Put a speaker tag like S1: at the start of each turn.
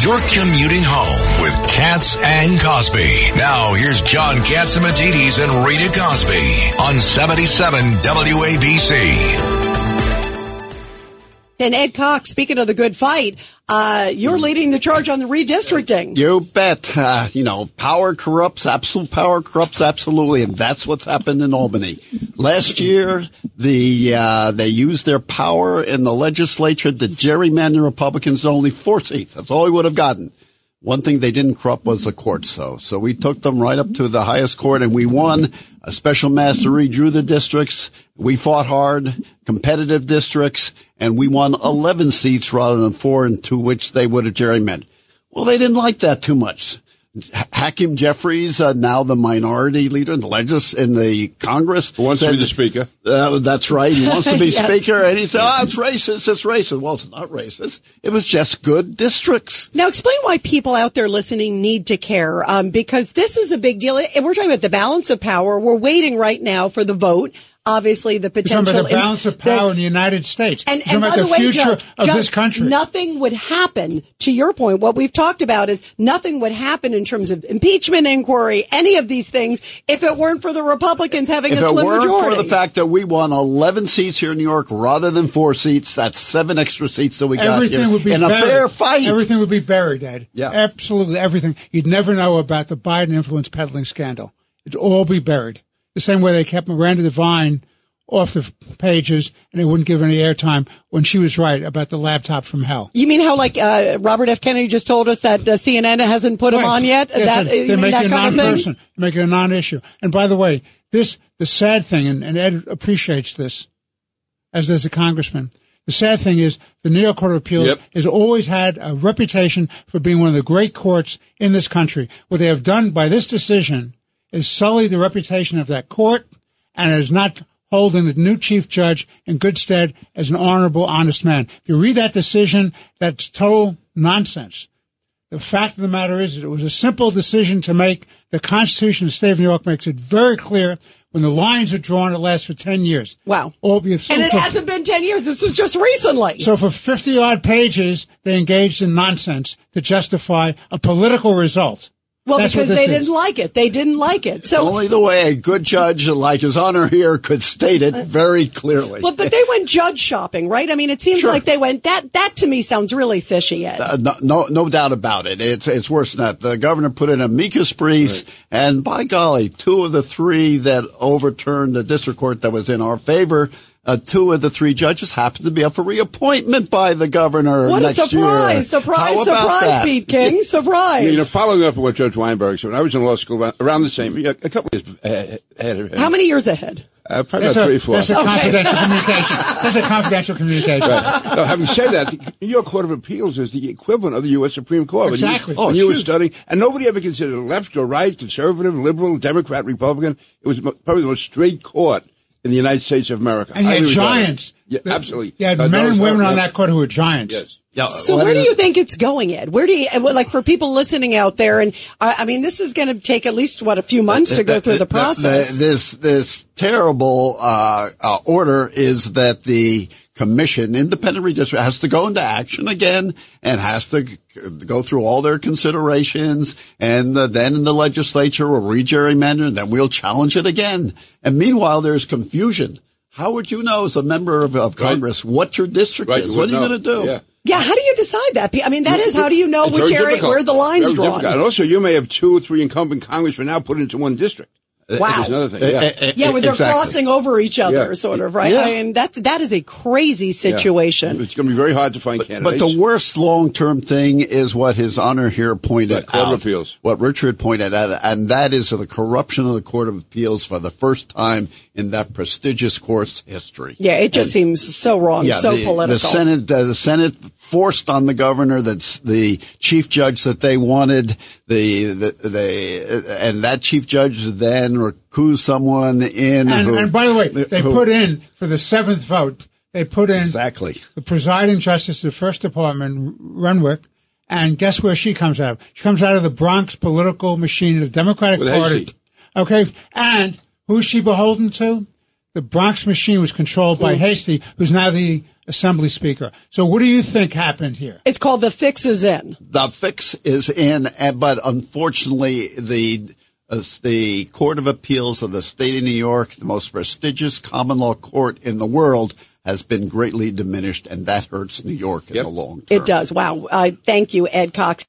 S1: You're commuting home with Katz and Cosby. Now here's John Katzimatidis and Rita Cosby on 77 WABC.
S2: And Ed Cox, speaking of the good fight, uh, you're leading the charge on the redistricting.
S3: You bet. Uh, you know, power corrupts, absolute power corrupts absolutely, and that's what's happened in Albany. Last year, the uh, they used their power in the legislature to gerrymander Republicans to only four seats. That's all we would have gotten. One thing they didn't corrupt was the courts, though. So we took them right up to the highest court and we won. A special master redrew the districts. We fought hard, competitive districts, and we won 11 seats rather than four into which they would have gerrymandered. Well, they didn't like that too much. H- Hakim Jeffries, uh, now the minority leader in the legis in the Congress,
S4: Who wants to be the speaker?
S3: uh, that's right. He wants to be
S2: Yes.
S3: speaker, and he said, "Oh, it's racist. It's racist." Well, it's not racist. It was just good districts.
S2: Now explain why people out there listening need to care, um, because this is a big deal. And we're talking about the balance of power. We're waiting right now for the vote. Obviously, the
S5: You're talking
S2: potential.
S5: about the balance of
S2: the-
S5: power in the United States.
S2: And,
S5: You're
S2: and by
S5: talking
S2: the
S5: about
S2: way,
S5: the future
S2: Joe-
S5: of
S2: Joe,
S5: this country.
S2: nothing would happen. To your point, what we've talked about is nothing would happen in terms of impeachment inquiry, any of these things, if it weren't for the Republicans having
S3: If
S2: a
S3: it
S2: slim
S3: weren't
S2: majority.
S3: for the fact that we won 11 seats here in New York rather than four seats, that's seven extra seats that we got
S5: Everything
S3: here
S5: would be
S3: in a
S5: buried.
S3: fair fight.
S5: Everything would be buried, Ed.
S3: Yeah.
S5: absolutely everything. You'd never know about the Biden influence peddling scandal. It'd all be buried. The same way they kept Miranda Devine off the f- pages and they wouldn't give her any airtime when she was right about the laptop from hell.
S2: you mean how like uh, Robert F. Kennedy just told us that uh, CNN hasn't put him on yet?
S5: Yes,
S2: that,
S5: they,
S2: you
S5: they
S2: mean
S5: make
S2: that
S5: it a
S2: kind of thing?
S5: non-person. They make it a non-issue. And by the way, this the sad thing, and, and Ed appreciates this, as does a congressman. The sad thing is the New York Court of Appeals
S4: Yep.
S5: has always had a reputation for being one of the great courts in this country. What they have done by this decision is sully the reputation of that court, and is not holding the new chief judge in good stead as an honorable, honest man. If you read that decision, that's total nonsense. The fact of the matter is that it was a simple decision to make. The Constitution of the State of New York makes it very clear when the lines are drawn, it lasts for 10 years.
S2: Wow.
S5: All, you've
S2: And it hasn't been 10 years. This was just recently.
S5: so for 50 odd pages, they engaged in nonsense to justify a political result.
S2: well,
S5: That's
S2: because
S5: what
S2: they
S5: this is.
S2: didn't like it. They didn't like it. So
S3: Only the way a good judge like his honor here could state it very clearly.
S2: Well, but they went judge shopping, right? I mean, it seems
S3: Sure.
S2: like they went that. That to me sounds really fishy. Ed.
S3: Uh, no, no, no doubt about it. It's it's worse than that. The governor put in amicus briefs, and by golly, two of the three that overturned the district court that was in our favor, uh, two of the three judges happened to be up for reappointment by the governor.
S2: what a
S3: next year.
S2: surprise! Surprise!
S3: How about
S2: Surprise!
S3: that?
S2: Pete King, surprise!
S4: You know, following up on what Judge Weinberg said, when I was in law school about- around the same, a couple years ahead of him.
S2: How many years ahead?
S4: Uh, probably
S5: That's
S4: about three,
S5: a,
S4: four.
S5: that's a confidential communication. That's a confidential communication.
S4: Now, having said that, the New York Court of Appeals is the equivalent of the U.S. Supreme Court. When
S5: Exactly.
S4: You,
S5: Oh,
S4: when you were
S5: huge.
S4: studying, and nobody ever considered it left or right, conservative, liberal, Democrat, Republican. It was mo- probably the most straight court in the United States of America.
S5: And you
S4: I
S5: had
S4: agree with that.
S5: giants.
S4: Yeah,
S5: The-
S4: absolutely.
S5: You had
S4: Uh,
S5: men
S4: those
S5: and
S4: are-
S5: women on
S4: yeah.
S5: that court who were giants.
S4: Yes.
S3: Yeah,
S2: So
S3: what
S2: where do
S3: is-
S2: you think it's going, Ed? Where do you uh, like for people listening out there? And I I mean, this is going to take at least what a few months to go through the process.
S3: this this terrible uh, uh, order is that the commission, independent redistrict, has to go into action again and has to g- go through all their considerations, and uh, then the legislature will re-gerrymander, and then we'll challenge it again. And meanwhile, there's confusion. How would you know as a member of, of Congress what your district
S4: Right,
S3: is?
S4: you
S3: What are you going
S4: wouldn't
S3: to
S4: know.
S3: do?
S4: Yeah.
S2: Yeah, how do you decide that? I mean, that is how do you know
S4: uh, It's
S2: which
S4: very
S2: area
S4: difficult.
S2: where the lines
S4: Very
S2: drawn?
S4: difficult. And also, you may have two or three incumbent congressmen now put into one district. That's
S2: Wow.
S4: another thing. Yeah.
S3: Eh, eh,
S2: Yeah,
S3: eh,
S2: where they're
S3: exactly.
S2: crossing over each other,
S4: Yeah.
S2: sort of, right?
S3: Yeah.
S2: I mean, that's that is a crazy
S4: Yeah.
S2: situation.
S4: It's going to be very hard to find
S3: But
S4: candidates.
S3: the worst long term thing is what His Honor here pointed
S4: Right, Court of
S3: out.
S4: Appeals.
S3: What Richard pointed out, and that is the corruption of the Court of Appeals for the first time in that prestigious court's history.
S2: Yeah, it just seems so wrong, so
S3: the,
S2: political.
S3: The Senate, the Senate forced on the governor that the chief judge that they wanted. The, the the and that chief judge then recused someone in.
S5: And,
S3: who,
S5: and by the way, they
S3: who-
S5: put in for the seventh vote. They put in
S3: exactly.
S5: the presiding justice of the first department, Renwick, and guess where she comes out of? She comes out of the Bronx political machine of the Democratic
S4: With
S5: Party.
S4: Hasty.
S5: Okay, and who's she beholden to? The Bronx machine was controlled by Hasty, who's now the Assembly Speaker. So what do you think happened here?
S2: It's called the fix is in.
S3: the fix is in, uh, but unfortunately, the uh, the Court of Appeals of the State of New York, the most prestigious common law court in the world, has been greatly diminished, and that hurts New York in the long term.
S2: It does. Wow. Uh, thank you, Ed Cox.